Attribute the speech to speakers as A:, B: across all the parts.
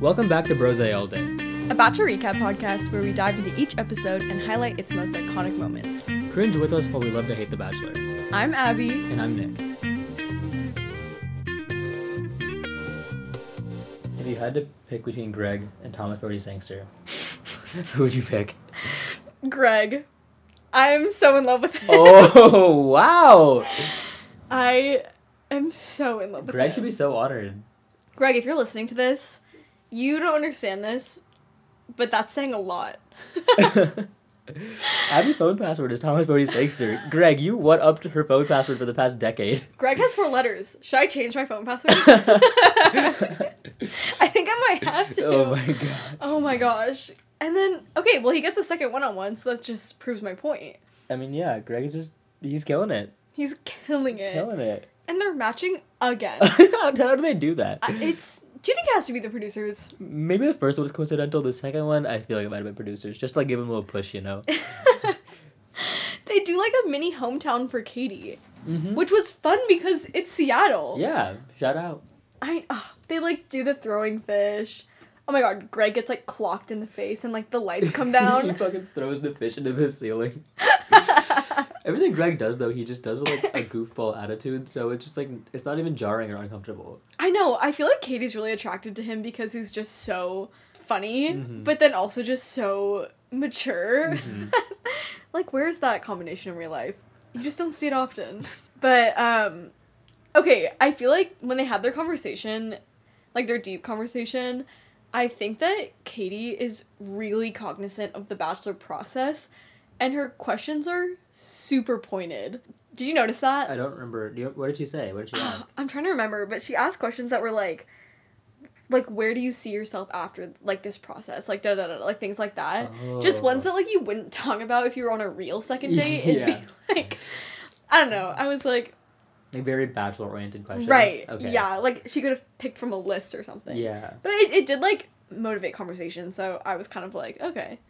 A: Welcome back to Brose All Day.
B: A Batcha Recap podcast where we dive into each episode and highlight its most iconic moments.
A: Cringe with us while we love to hate The Bachelor.
B: I'm Abby.
A: And I'm Nick. If you had to pick between Greg and Thomas Brody Sangster, who would you pick?
B: Greg. I'm so in love with him.
A: Oh, wow!
B: I am so in love with
A: Greg
B: him.
A: should be so honored.
B: Greg, if you're listening to this, you don't understand this, but that's saying a lot.
A: Abby's phone password is Thomas Brody Sangster. Greg, you what upped her phone password for the past decade.
B: Greg has four letters. Should I change my phone password? I think I might have to.
A: oh my god.
B: Oh my gosh. And then, okay, well, he gets a second one on one, so that just proves my point.
A: I mean, yeah, Greg is just, he's killing it.
B: He's killing it.
A: Killing it.
B: And they're matching again.
A: how, how do they do that?
B: I- it's. Do you think it has to be the producers?
A: Maybe the first one was coincidental. The second one, I feel like it might have been producers, just to, like give him a little push, you know.
B: They do like a mini hometown for Katie,
A: Mm-hmm.
B: which was fun because it's Seattle.
A: Yeah, shout out.
B: I. ah, they like do the throwing fish. Oh my god, Greg gets like clocked in the face and like the lights come
A: he
B: down.
A: fucking throws the fish into the ceiling. Everything Greg does though, he just does with like a goofball attitude. So it's just like it's not even jarring or uncomfortable.
B: I know. I feel like Katie's really attracted to him because he's just so funny,
A: Mhm.
B: but then also just so mature.
A: Mhm.
B: like, where's that combination in real life? You just don't see it often. But um, okay. I feel like when they had their conversation, like their deep conversation, I think that Katie is really cognizant of the bachelor process, and her questions are super pointed. Did you notice that?
A: I don't remember. Do you, what did she say? What did she ask?
B: I'm trying to remember, but she asked questions that were like, like where do you see yourself after like this process, like da da da, da, like things like that. Just ones
A: Oh.
B: that like you wouldn't talk about if you were on a real second date. It'd
A: Yeah.
B: be like, I don't know. I was like,
A: like very bachelor oriented questions.
B: right, yeah, like she could have picked from a list or something.
A: Yeah.
B: But it, it did like motivate conversation, so I was kind of like, okay.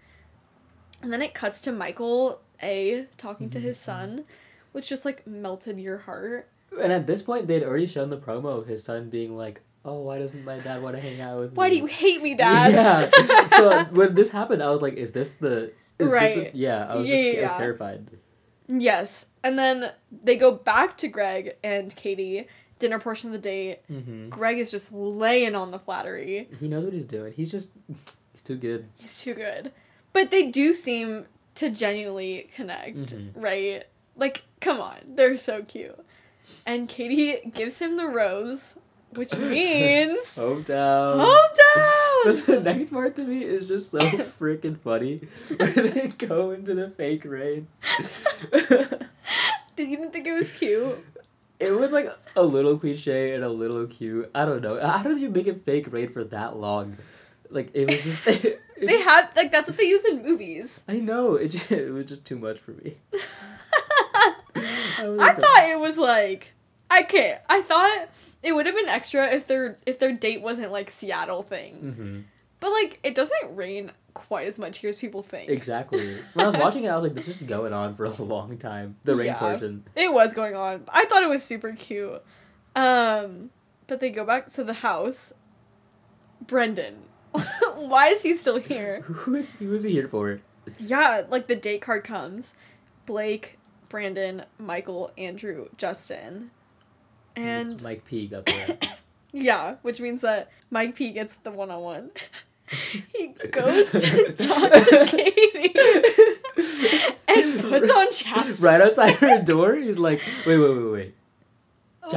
B: And then it cuts to Michael A talking to
A: Mm-hmm.
B: his son, which just like melted your heart.
A: And at this point, they'd already shown the promo of his son being like, "Oh, why doesn't my dad want to hang out with me?
B: Why do you hate me, Dad?
A: Yeah. so when this happened, I was like, "Is this the?" Is This
B: Right.
A: what- yeah, I was
B: Yeah,
A: just
B: yeah,
A: I was
B: yeah.
A: terrified.
B: Yes. And then they go back to Greg and Katie, dinner portion of the date.
A: Mm-hmm.
B: Greg is just laying on the flattery.
A: He knows what he's doing. He's just he's too good.
B: He's too good. But they do seem to genuinely connect,
A: Mhm.
B: right? Like, come on, they're so cute. And Katie gives him the rose, which means
A: Hometown. But Oh. the
B: hometown.
A: next part to me is just so freaking funny. Where they go into the fake rain.
B: Did you didn't think it was cute?
A: it was like a little cliche and a little cute. I don't know. How did you make it fake rain for that long? Like it was just. it-
B: They have like that's what they use in movies.
A: I know it. Just, it was just too much for me. I, was
B: I
A: like,
B: thought it was like I can't. I thought it would have been extra if their if their date wasn't like Seattle thing.
A: Mhm.
B: But like it doesn't rain quite as much here as people think.
A: Exactly. When I was watching it, I was like, this is going on for a long time. The rain
B: Yeah.
A: portion.
B: It was going on. I thought it was super cute. Um but they go back to the house. Brendan. Why is he still here?
A: Who is who is he here for?
B: Yeah, like the date card comes. Blake, Brandon, Michael, Andrew, Justin. And
A: It's Mike Peake up there.
B: Yeah, which means that Mike P gets the one on one. He goes to talk to Katie and puts on chapstick.
A: right outside her door, he's like, wait, wait, wait, wait.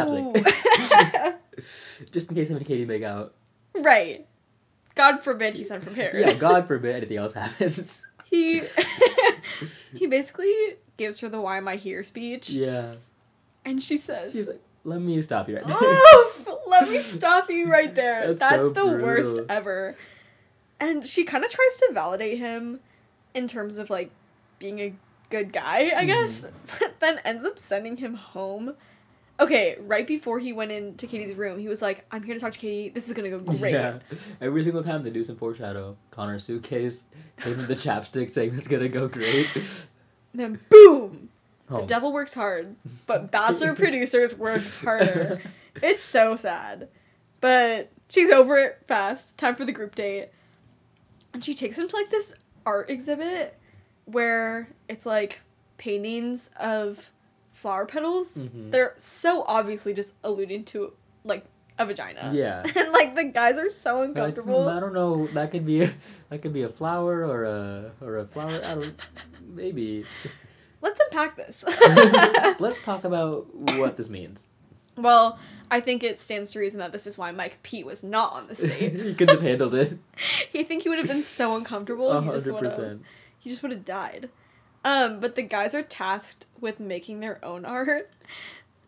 A: chapstick. Just in case him and Katie make out.
B: Ooh. right. God forbid he's unprepared.
A: Yeah, God forbid anything else happens.
B: He he basically gives her the why am I here speech,
A: Yeah.
B: and she says,
A: She's like, let me stop you right there.
B: Oof! Let me stop you right there.
A: That's
B: That's,
A: so
B: the worst
A: brutal.
B: ever. And she kind of tries to validate him in terms of like being a good guy,
A: Mm-hmm.
B: I guess, but then ends up sending him home. Okay, right before he went into Katie's room, he was like, I'm here to talk to Katie. This is going to go great.
A: Yeah. Every single time they do some foreshadow, Connor's suitcase, gave him the chapstick saying it's gonna go great. Oh.
B: Then, boom! The
A: Home.
B: devil works hard, but bachelor producers work harder. It's so sad. But She's over it fast. Time for the group date. And she takes him to like this art exhibit where it's like paintings of flower petals.
A: Mhm.
B: They're so obviously just alluding to like a vagina.
A: Yeah.
B: And like the guys are so
A: They're like,
B: uh, uncomfortable.
A: "Hmm, I don't know. That could be a, that could be a flower or a or a flower. I don't. Maybe.
B: Let's unpack this.
A: Let's talk about what this means.
B: well, I think it stands to reason that this is why Mike P was not on this date.
A: you couldn't have handled it.
B: I think he would have been so uncomfortable.
A: A
B: he just
A: hundred
B: would have
A: percent.
B: he just would have died. Um, but the guys are tasked with making their own art.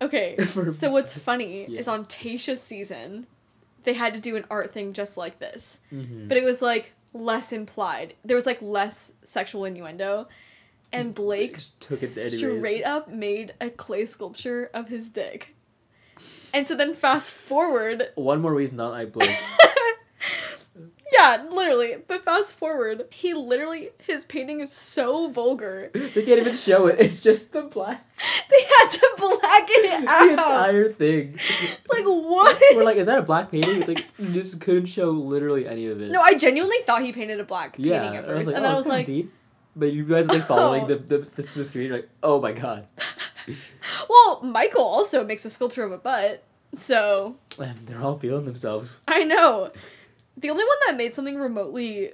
B: Okay,
A: For-
B: so what's funny is
A: Yeah.
B: on Tasha's season, they had to do an art thing just like this,
A: Mhm.
B: but it was like less implied. There was like less sexual innuendo, and
A: They
B: Blake
A: just took it anyways.
B: straight up made a clay sculpture of his dick. And so then fast forward
A: One more reason not I Blake.
B: yeah, literally. But fast forward, he literally his painting is so vulgar.
A: they can't even show it. It's just the black
B: They had to blacken
A: the
B: it out.
A: entire thing.
B: like what?
A: We're like, is that a black painting? It's like you just couldn't show literally any of it.
B: no, I genuinely thought he painted a black
A: yeah.
B: painting at
A: and I was
B: first,
A: like,
B: and
A: oh,
B: then I
A: it's
B: was
A: kinda
B: like,
A: deep. But you guys like following
B: Oh.
A: the, the, the the screen, you're like, oh my god,
B: well, Michael also makes a sculpture of a butt, so
A: Man, they're all feeling themselves.
B: I know. The only one that made something remotely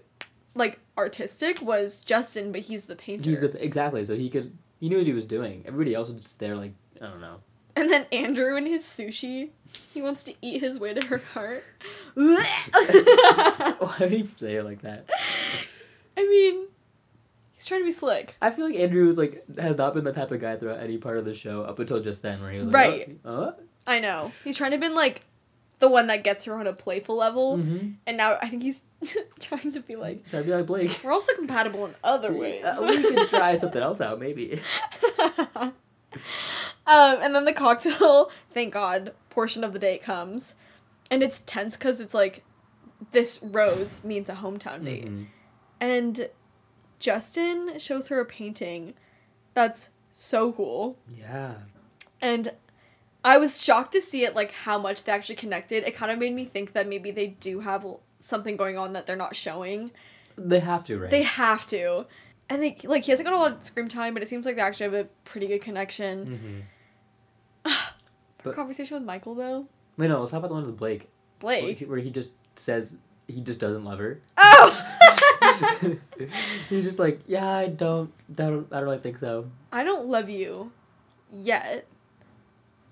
B: like artistic was Justin, but he's the painter.
A: He's the exactly so he could he knew what he was doing. Everybody else was just there like I don't know.
B: And then Andrew and his sushi. He wants to eat his way to her heart.
A: Why would he say it like that?
B: I mean, he's trying to be slick.
A: I feel like Andrew was like has not been the type of guy throughout any part of the show up until just then, where he was like,
B: Right.
A: Oh,
B: I know. He's trying to be like the one that gets her on a playful level,
A: hmm
B: and now I think he's trying to be like
A: Should I be like Blake?
B: we're also compatible in other ways.
A: Uh, we can try something else out, maybe.
B: um, and then the cocktail, thank God, portion of the day comes, and it's tense because it's like this rose means a hometown date.
A: Mhm.
B: And Justin shows her a painting that's so cool.
A: Yeah.
B: And I was shocked to see it like how much they actually connected. It kind of made me think that maybe they do have l- something going on that they're not showing.
A: They have to, right?
B: They have to. And they like he hasn't got a lot of screen time, but it seems like they actually have a pretty good connection.
A: hmm
B: Her
A: Mm. But-
B: conversation with Michael though.
A: Wait, no, let's talk about the one with Blake. Where
B: Blake.
A: he, where he just says he just doesn't love her.
B: Oh.
A: He's just like, yeah, I don't, don't, I don't really think so.
B: I don't love you yet.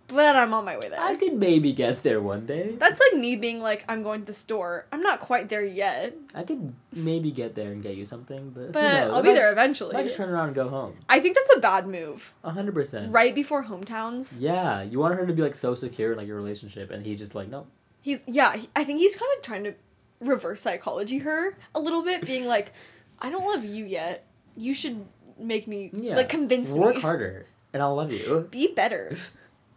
B: But I'm on my way there.
A: I could maybe get there one day.
B: That's like me being like, I'm going to the store. I'm not quite there yet,
A: I could maybe get there and get you something, but who
B: but
A: knows?
B: I'll
A: I
B: be
A: might
B: there
A: just- I might
B: eventually.
A: just turn around and go home.
B: I think that's a bad move.
A: A hundred percent.
B: Right before hometowns,
A: Yeah, you want her to be like so secure in like your relationship, and he's just like, no.
B: he's yeah. he- I think he's kind of trying to reverse psychology her a little bit, being like, I don't love you yet. You should make me
A: Yeah.
B: like convince
A: Work
B: me.
A: harder, and I'll love you.
B: Be better.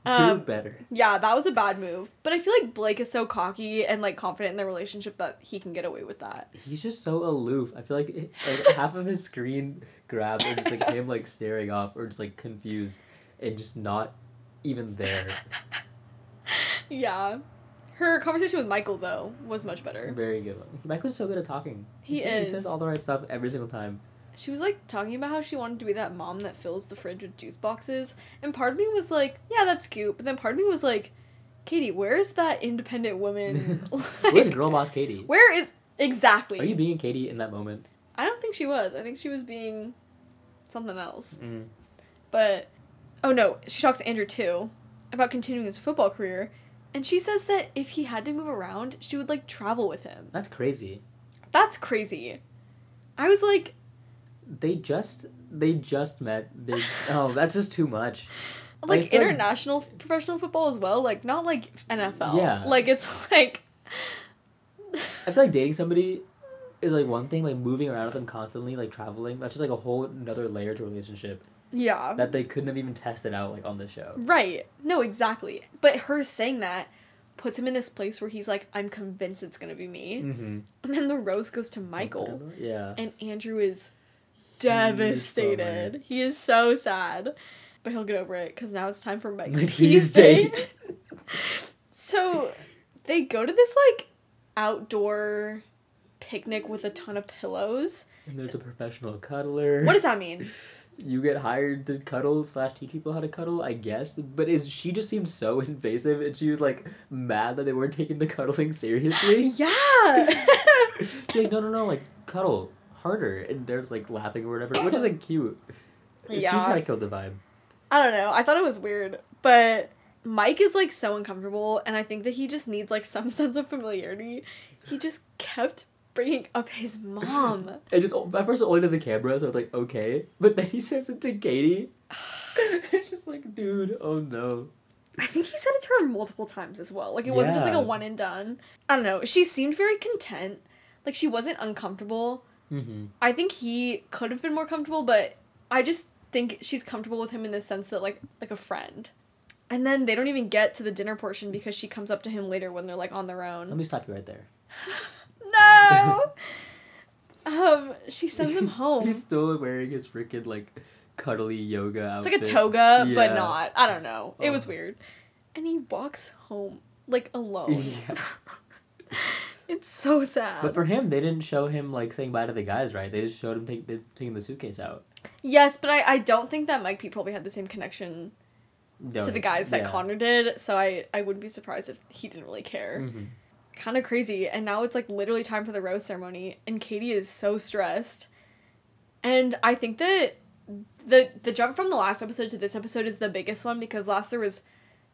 A: Do
B: Um,
A: better.
B: Yeah, that was a bad move. But I feel like Blake is so cocky and like confident in their relationship that he can get away with that.
A: He's just so aloof. I feel like, it- like half of his screen grabs are just like him like staring off or just like confused and just not even there.
B: Yeah. Her conversation with Michael though was much better.
A: Very good one. Michael's so good at talking.
B: He
A: says-
B: is.
A: He says all the right stuff every single time.
B: She was like talking about how she wanted to be that mom that fills the fridge with juice boxes, and part of me was like, yeah, that's cute. But then part of me was like, Katie, where's that independent woman?
A: Where's
B: Like,
A: girl boss Katie?
B: Where is exactly?
A: Are you being Katie in that moment?
B: I don't think she was. I think she was being something else.
A: Mm.
B: But oh no, she talks to Andrew too about continuing his football career, and she says that if he had to move around, she would like travel with him.
A: That's crazy.
B: That's crazy. I was like,
A: They just they just met. They oh that's just too much. I
B: like
A: feel like-
B: international professional football as well, like not like NFL.
A: Yeah.
B: Like it's like
A: I feel like dating somebody is like one thing, like moving around with them constantly, like traveling. That's just like a whole another layer to a relationship
B: yeah.
A: that they couldn't have even tested out like on this show.
B: right. No, exactly. But her saying that puts him in this place where he's like I'm convinced it's going to be me.
A: Mm-hmm.
B: And then the rose goes to Michael
A: Yeah.
B: and Andrew is devastated. He is so sad. But he'll get over it cuz now it's time for Mike
A: Like
B: P's date. so they go to this like outdoor picnic with a ton of pillows.
A: And there's a professional cuddler.
B: What does that mean?
A: you get hired to cuddle slash teach people how to cuddle, I guess. But is she just seemed so invasive, and she was like mad that they weren't taking the cuddling seriously.
B: yeah.
A: She's like, no, no, no, like cuddle harder, and they're just, like laughing or whatever, which is like cute. She
B: Yeah.
A: kind of killed the vibe.
B: I don't know. I thought it was weird, but Mike is like so uncomfortable, and I think that he just needs like some sense of familiarity. He just kept bringing up his mom.
A: It just at first it only to the camera, so I was like, okay. But then he says it to Katie. it's just like, dude, oh no.
B: I think he said it to her multiple times as well. Like it wasn't just like a
A: Yeah.
B: one and done. I don't know. She seemed very content. Like she wasn't uncomfortable.
A: Mm-hmm.
B: I think he could have been more comfortable, but I just think she's comfortable with him in the sense that like like a friend. And then they don't even get to the dinner portion because she comes up to him later when they're like on their own.
A: Let me stop you right there.
B: No. um, she sends him home.
A: He's still wearing his freaking like cuddly yoga
B: it's
A: outfit.
B: like a toga, but
A: Yeah.
B: not. I don't know. It was
A: Oh.
B: weird. And he walks home like alone.
A: Yeah.
B: it's so sad.
A: But for him, they didn't show him like saying bye to the guys, right? They just showed him take, they, taking the suitcase out.
B: yes, but I, I don't think that Mike P probably had the same connection
A: No,
B: to the guys that
A: yeah.
B: Connor did, so I, I wouldn't be surprised if he didn't really care.
A: Mhm.
B: Kind of crazy. And now it's like literally time for the rose ceremony, and Katie is so stressed. And I think that the the jump from the last episode to this episode is the biggest one because last there was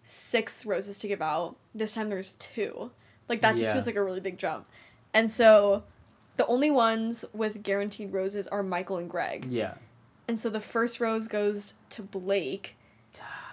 B: six roses to give out. This time there's two. Like that just
A: Yeah.
B: feels like a really big jump. And so the only ones with guaranteed roses are Michael and Greg.
A: Yeah.
B: And so the first rose goes to Blake.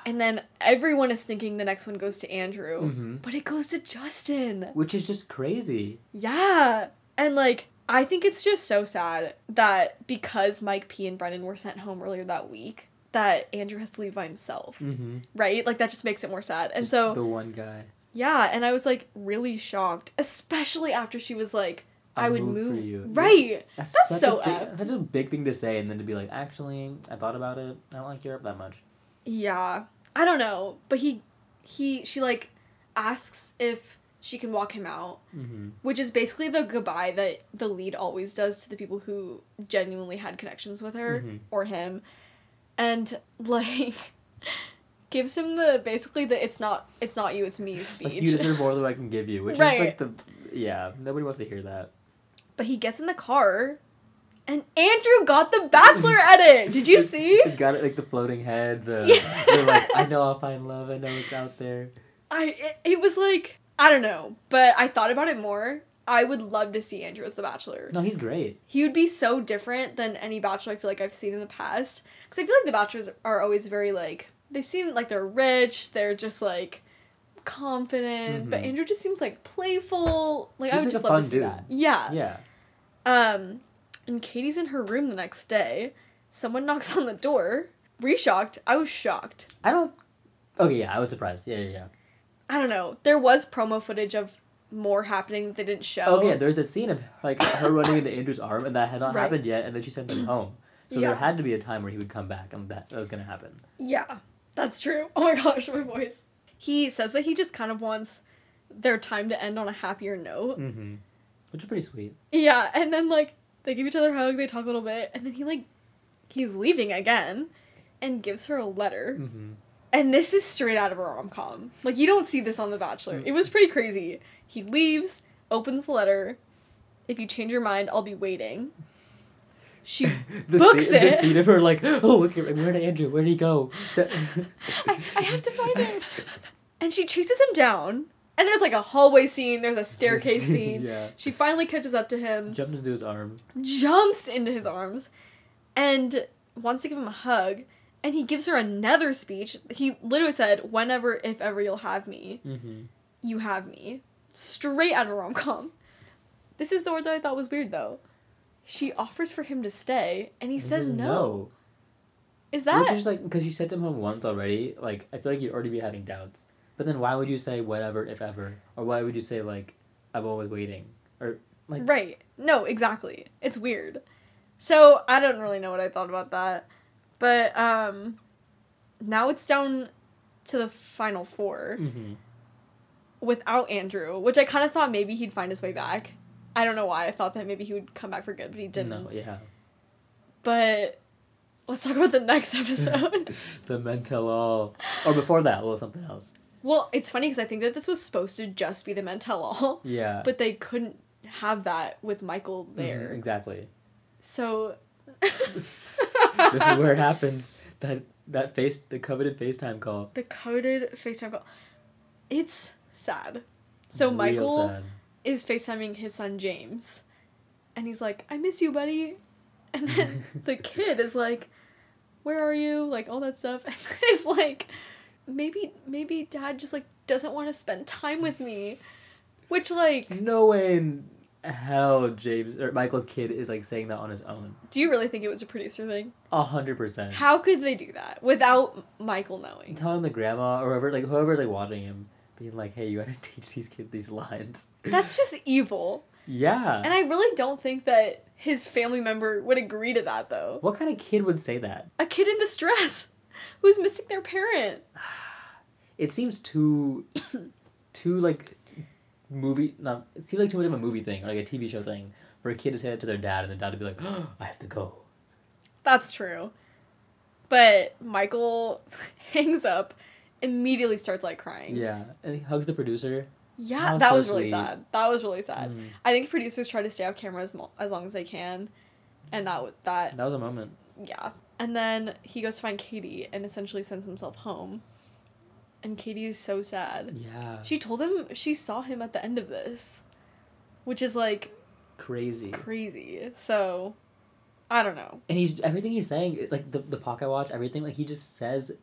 B: And then everyone is thinking the next one goes to Andrew.
A: Mhm.
B: But it goes to Justin.
A: Which is just crazy.
B: Yeah. And like, I think it's just so sad that because Mike P and Brennan were sent home earlier that week, that Andrew has to leave by himself,
A: Mm-hmm.
B: right? Like, that just makes it more sad. And so,
A: the one guy.
B: yeah. And I was like really shocked, especially after she was like, I
A: I'll
B: would
A: move
B: move.
A: for you.
B: Right.
A: That's, such
B: That's so
A: a thi-
B: effed.
A: Such a big thing to say, and then to be like, actually, I thought about it. I don't like Europe that much.
B: Yeah. I don't know, but he he she like asks if she can walk him out,
A: Mm-hmm.
B: which is basically the goodbye that the lead always does to the people who genuinely had connections with her
A: Mhm.
B: or him. And like gives him the basically the it's not it's not you, it's me speech.
A: Like you deserve more than I can give you, which is like the yeah. Nobody wants to hear that.
B: but he gets in the car and Andrew got the bachelor edit. Did you
A: It's-
B: see?
A: It's got it like the floating head. The
B: Yeah.
A: they're like, I know I'll find love. I know it's out there.
B: I it, it was like I don't know, but I thought about it more. I would love to see Andrew as the bachelor.
A: No, he's great.
B: He would be so different than any bachelor I feel like I've seen in the past. Because I feel like the bachelors are always very like, they seem like they're rich, they're just like confident, but
A: Mhm.
B: Andrew just seems like playful. Like, I
A: He's like
B: would just
A: a
B: love
A: fun
B: to see
A: dude.
B: that. Yeah.
A: Yeah.
B: Um, and Katie's in her room the next day. Someone knocks on the door. Were you shocked? I was shocked.
A: I don't. Okay, yeah, I was surprised. Yeah, yeah, yeah.
B: I don't know. There was promo footage of more happening that they didn't show.
A: Oh, yeah, there's that scene of like her running into Andrew's arm, and that had not
B: Right.
A: happened yet, and then she sent him home. So
B: Yeah.
A: there had to be a time where he would come back, and that, that was gonna happen.
B: Yeah, that's true. Oh my gosh, my voice. He says that he just kind of wants their time to end on a happier note.
A: Mm-hmm. Which is pretty sweet.
B: Yeah, and then like they give each other a hug, they talk a little bit, and then he like he's leaving again and gives her a letter.
A: Mm-hmm.
B: And this is straight out of a rom com. Like you don't see this on The Bachelor. It was pretty crazy. He leaves, opens the letter. If you change your mind, I'll be waiting. She
A: The
B: Books
A: scene,
B: it.
A: The scene of her like, oh look, at- like, where did Andrew? Where did he go? That-
B: I, I have to find him. And she chases him down. And there's like a hallway scene, there's a staircase scene.
A: yeah.
B: She finally catches up to him,
A: Jumped into his arm.
B: jumps into his arms, and wants to give him a hug. And he gives her another speech. He literally said, Whenever, if ever you'll have me,
A: Mm-hmm.
B: you have me. Straight out of rom com. This is the word that I thought was weird though. She offers for him to stay, and he says no. Is
A: Which
B: that
A: is like because you sent him home once already. Like I feel like you'd already be having doubts. But then why would you say whatever if ever, or why would you say like I'm always waiting, or like
B: Right. No, exactly. It's weird. So I don't really know what I thought about that. But um now it's down to the final four,
A: mm-hmm.
B: without Andrew, which I kind of thought maybe he'd find his way back. I don't know why. I thought that maybe he would come back for good, but he didn't.
A: No, yeah.
B: But let's talk about the next episode.
A: the mental all. Or before that, well, something else.
B: well, it's funny because I think that this was supposed to just be the mental all,
A: Yeah.
B: but they couldn't have that with Michael
A: Mhm,
B: there.
A: exactly.
B: So.
A: this is where it happens. That that face, the coveted FaceTime call.
B: the coded FaceTime call. It's sad. So
A: Real
B: Michael
A: sad.
B: is FaceTiming his son James, and he's like, "I miss you, buddy," and then the kid is like, "Where are you?" Like all that stuff, and it's like, maybe maybe Dad just like doesn't want to spend time with me, which like,
A: No way in hell James or Michael's kid is like saying that on his own.
B: do you really think it was a producer thing?
A: A hundred percent.
B: How could they do that without Michael knowing?
A: Telling the grandma or whoever like whoever's like watching him, being like, Hey, you gotta teach these kids these lines.
B: That's just evil,
A: Yeah.
B: and I really don't think that his family member would agree to that though.
A: what kind of kid would say that?
B: a kid in distress who's missing their parent.
A: It seems too too like movie not it seems like too much of a movie thing or like a TV show thing for a kid to say that to their dad and the dad to be like, "Oh, I have to go.
B: That's true. But Michael hangs up, immediately starts like crying.
A: Yeah. And he hugs the producer.
B: Yeah,
A: Oh,
B: that
A: so
B: was really
A: sweet.
B: sad. That was really sad.
A: Mm,
B: I think producers try to stay off camera as, mo- as long as they can. And that, w- that,
A: that was a moment.
B: yeah. And then he goes to find Katie and essentially sends himself home. And Katie is so sad.
A: Yeah.
B: She told him she saw him at the end of this, which is like
A: Crazy.
B: crazy. So, I don't know.
A: and he's everything he's saying is like the, the pocket watch everything like he just says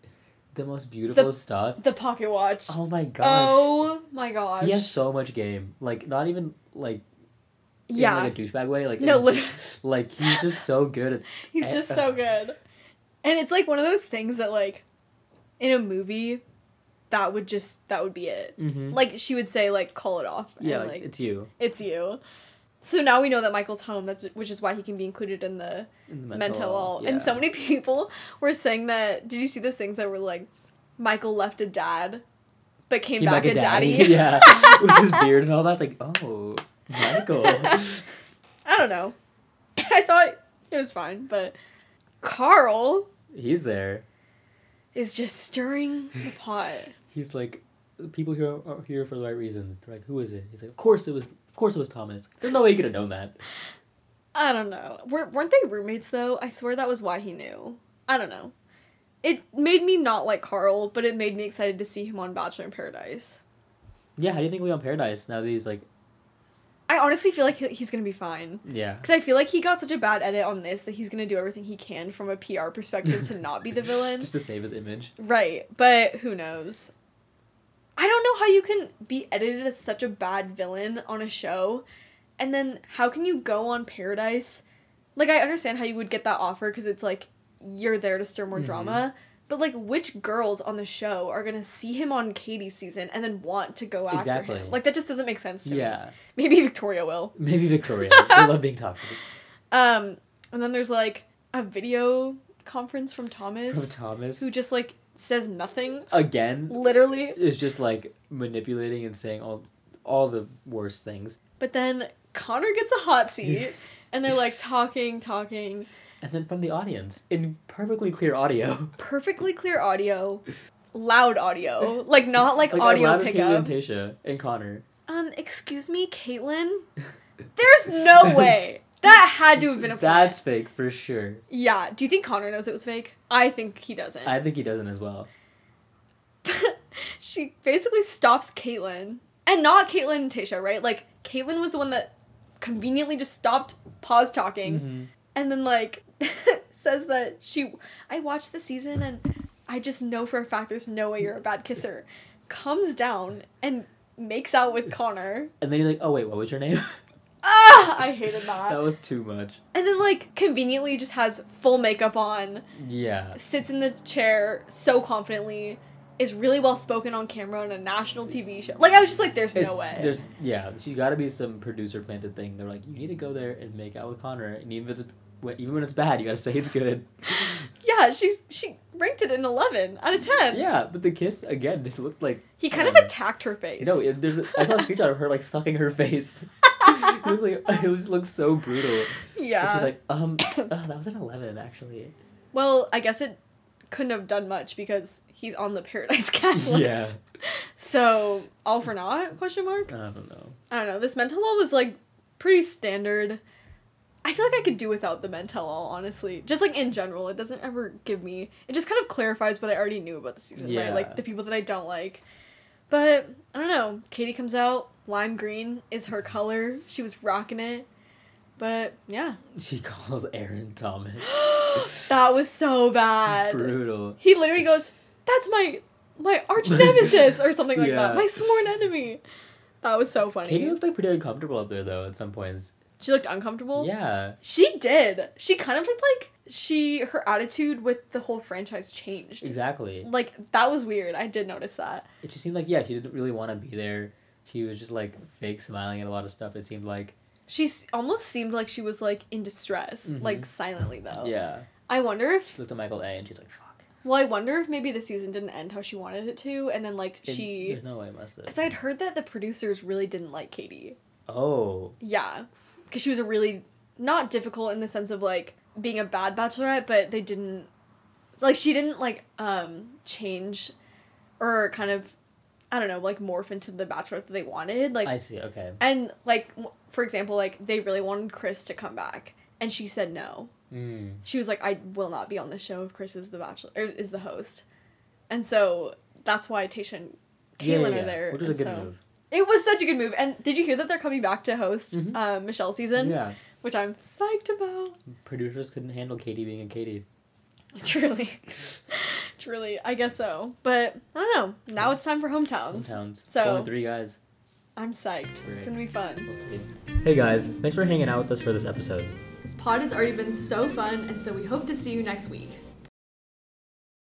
A: the most beautiful stuff
B: The pocket watch.
A: oh my gosh
B: Oh my gosh.
A: he has so much game like not even like
B: yeah.
A: in, like a douchebag way like
B: no,
A: in-
B: literally.
A: like he's just so good at
B: He's just so good. And it's like one of those things that like in a movie that would just that would be it.
A: Mhm.
B: Like she would say like call Mm-hmm. it off and
A: yeah like,
B: like, it's,
A: it's you
B: you. So now we know that Michael's home. That's which is why he can be included in the
A: in the
B: mental all.
A: yeah.
B: And so many people were saying that did you see those things that were like Michael left a dad but came,
A: Came
B: back, a daddy?
A: yeah with his beard and all that it's like oh michael
B: I don't know. I thought it was fine, but Carl
A: he's there
B: is just stirring the pot.
A: he's like people here are here for the right reasons they're like who is it he's like of course it was of course it was thomas there's no way you could have known that
B: I don't know. Were, weren't they roommates though? I swear that was why he knew. I don't know. It made me not like Carl, but it made me excited to see him on Bachelor in Paradise.
A: Yeah, how do you think we on Paradise now that he's like,
B: I honestly feel like he- he's gonna be fine.
A: yeah,
B: Because I feel like he got such a bad edit on this that he's gonna do everything he can from a PR perspective to not be the villain.
A: just to save his image?
B: Right, but who knows? I don't know how you can be edited as such a bad villain on a show, and then how can you go on Paradise? Like, I understand how you would get that offer because it's like you're there to stir more
A: Mhm.
B: drama, but like, which girls on the show are gonna see him on Katie's season and then want to go after
A: Exactly.
B: him? Like, that just doesn't make sense to me.
A: Yeah,
B: Maybe Victoria will.
A: maybe Victoria. I love being toxic.
B: Um, and then there's like a video conference from Thomas,
A: From Thomas
B: who just like says nothing,
A: again
B: literally.
A: is just like manipulating and saying all all the worst things,
B: But then Connor gets a hot seat, and they're like talking, talking,
A: and then from the audience in perfectly clear audio,
B: perfectly clear audio, loud audio, like not like,
A: our
B: audio
A: loud is Caitlyn and
B: pickup.
A: Tasha and Connor.
B: Um, excuse me, Caitlin. There's no way that had to have been a plan.
A: That's fake for sure.
B: yeah. Do you think Connor knows it was fake? I think he doesn't.
A: I think he doesn't as well.
B: she basically stops Caitlyn, and not Caitlyn and Tasha, right? Like Caitlyn was the one that conveniently just stopped, paused talking,
A: Mhm.
B: and then like says that she I watched the season and I just know for a fact there's no way you're a bad kisser. Comes down and makes out with Connor.
A: And then he's like, "Oh wait, what was your name?"
B: Ah, I hated that.
A: that was too much.
B: And then like conveniently just has full makeup on,
A: Yeah,
B: sits in the chair so confidently, is really well spoken on camera on a national TV show. Like I was just like there's
A: It's-
B: no way.
A: There's yeah, she's got to be some producer planted thing. They're like, you need to go there and make out with Connor, and even if it's when- even when it's bad, you got to say it's good.
B: yeah, yeah, she's she ranked it an eleven out of ten.
A: Yeah, but the kiss again just looked like
B: He kind of
A: Um,
B: attacked her face.
A: no. It, there's a, I saw a screenshot of her like sucking her face. it was like it just looked so brutal. And
B: yeah.
A: she's like, um, uh, that was an eleven actually.
B: well, I guess it couldn't have done much because he's on the Paradise Cast list.
A: Yeah.
B: So all for naught? Question mark.
A: I don't know.
B: I don't know. This mental all was like pretty standard. I feel like I could do without the mental all, honestly. Just like in general, it doesn't ever give me. It just kind of clarifies what I already knew about the season, right?
A: Yeah.
B: Like the people that I don't like. But I don't know. Katie comes out. Lime green is her color. She was rocking it. But yeah,
A: She calls Aaron Thomas
B: that was so bad.
A: brutal.
B: He literally goes, "That's my my arch nemesis" or something like
A: Yeah.
B: that. My sworn enemy. That was so funny.
A: Katie looked like pretty uncomfortable up there though at some points.
B: she looked uncomfortable.
A: Yeah,
B: She did. She kind of looked like she her attitude with the whole franchise changed.
A: exactly.
B: Like that was weird. I did notice that.
A: It just seemed like yeah, she didn't really want to be there. She was just like fake smiling at a lot of stuff. It seemed like
B: She s- almost seemed like she was like in distress,
A: Mhm.
B: like silently though.
A: yeah.
B: I wonder if
A: She looked at Michael A and she's like, fuck.
B: well, I wonder if maybe the season didn't end how she wanted it to, and then like
A: It-
B: she
A: There's no way it must
B: because
A: have.
B: I had heard that the producers really didn't like Katie.
A: Oh.
B: Yeah, because she was a really not difficult in the sense of like being a bad bachelorette, but they didn't like she didn't like um change or kind of I don't know like morph into the bachelorette that they wanted. Like
A: I see. Okay.
B: and like w- for example, like they really wanted Chris to come back, and she said no.
A: Mm.
B: She was like, I will not be on the show if Chris is the bachelor or is the host, and so that's why Tasha and Caitlin
A: Yeah, yeah,
B: are
A: yeah,
B: there.
A: Which was a
B: and
A: good
B: so-
A: move.
B: It was such a good move. And did you hear that they're coming back to host
A: Mhm.
B: uh, Michelle's season?
A: yeah.
B: which I'm psyched about.
A: Producers couldn't handle Katie being a Katie.
B: Truly, truly, I guess so. But I don't know. Now it's time for hometowns.
A: Hometowns.
B: So-
A: Only three guys.
B: I'm psyched. It's
A: Right.
B: gonna be fun.
A: We'll see. Hey guys, thanks for hanging out with us for this episode.
B: This pod has already been so fun, and so we hope to see you next week.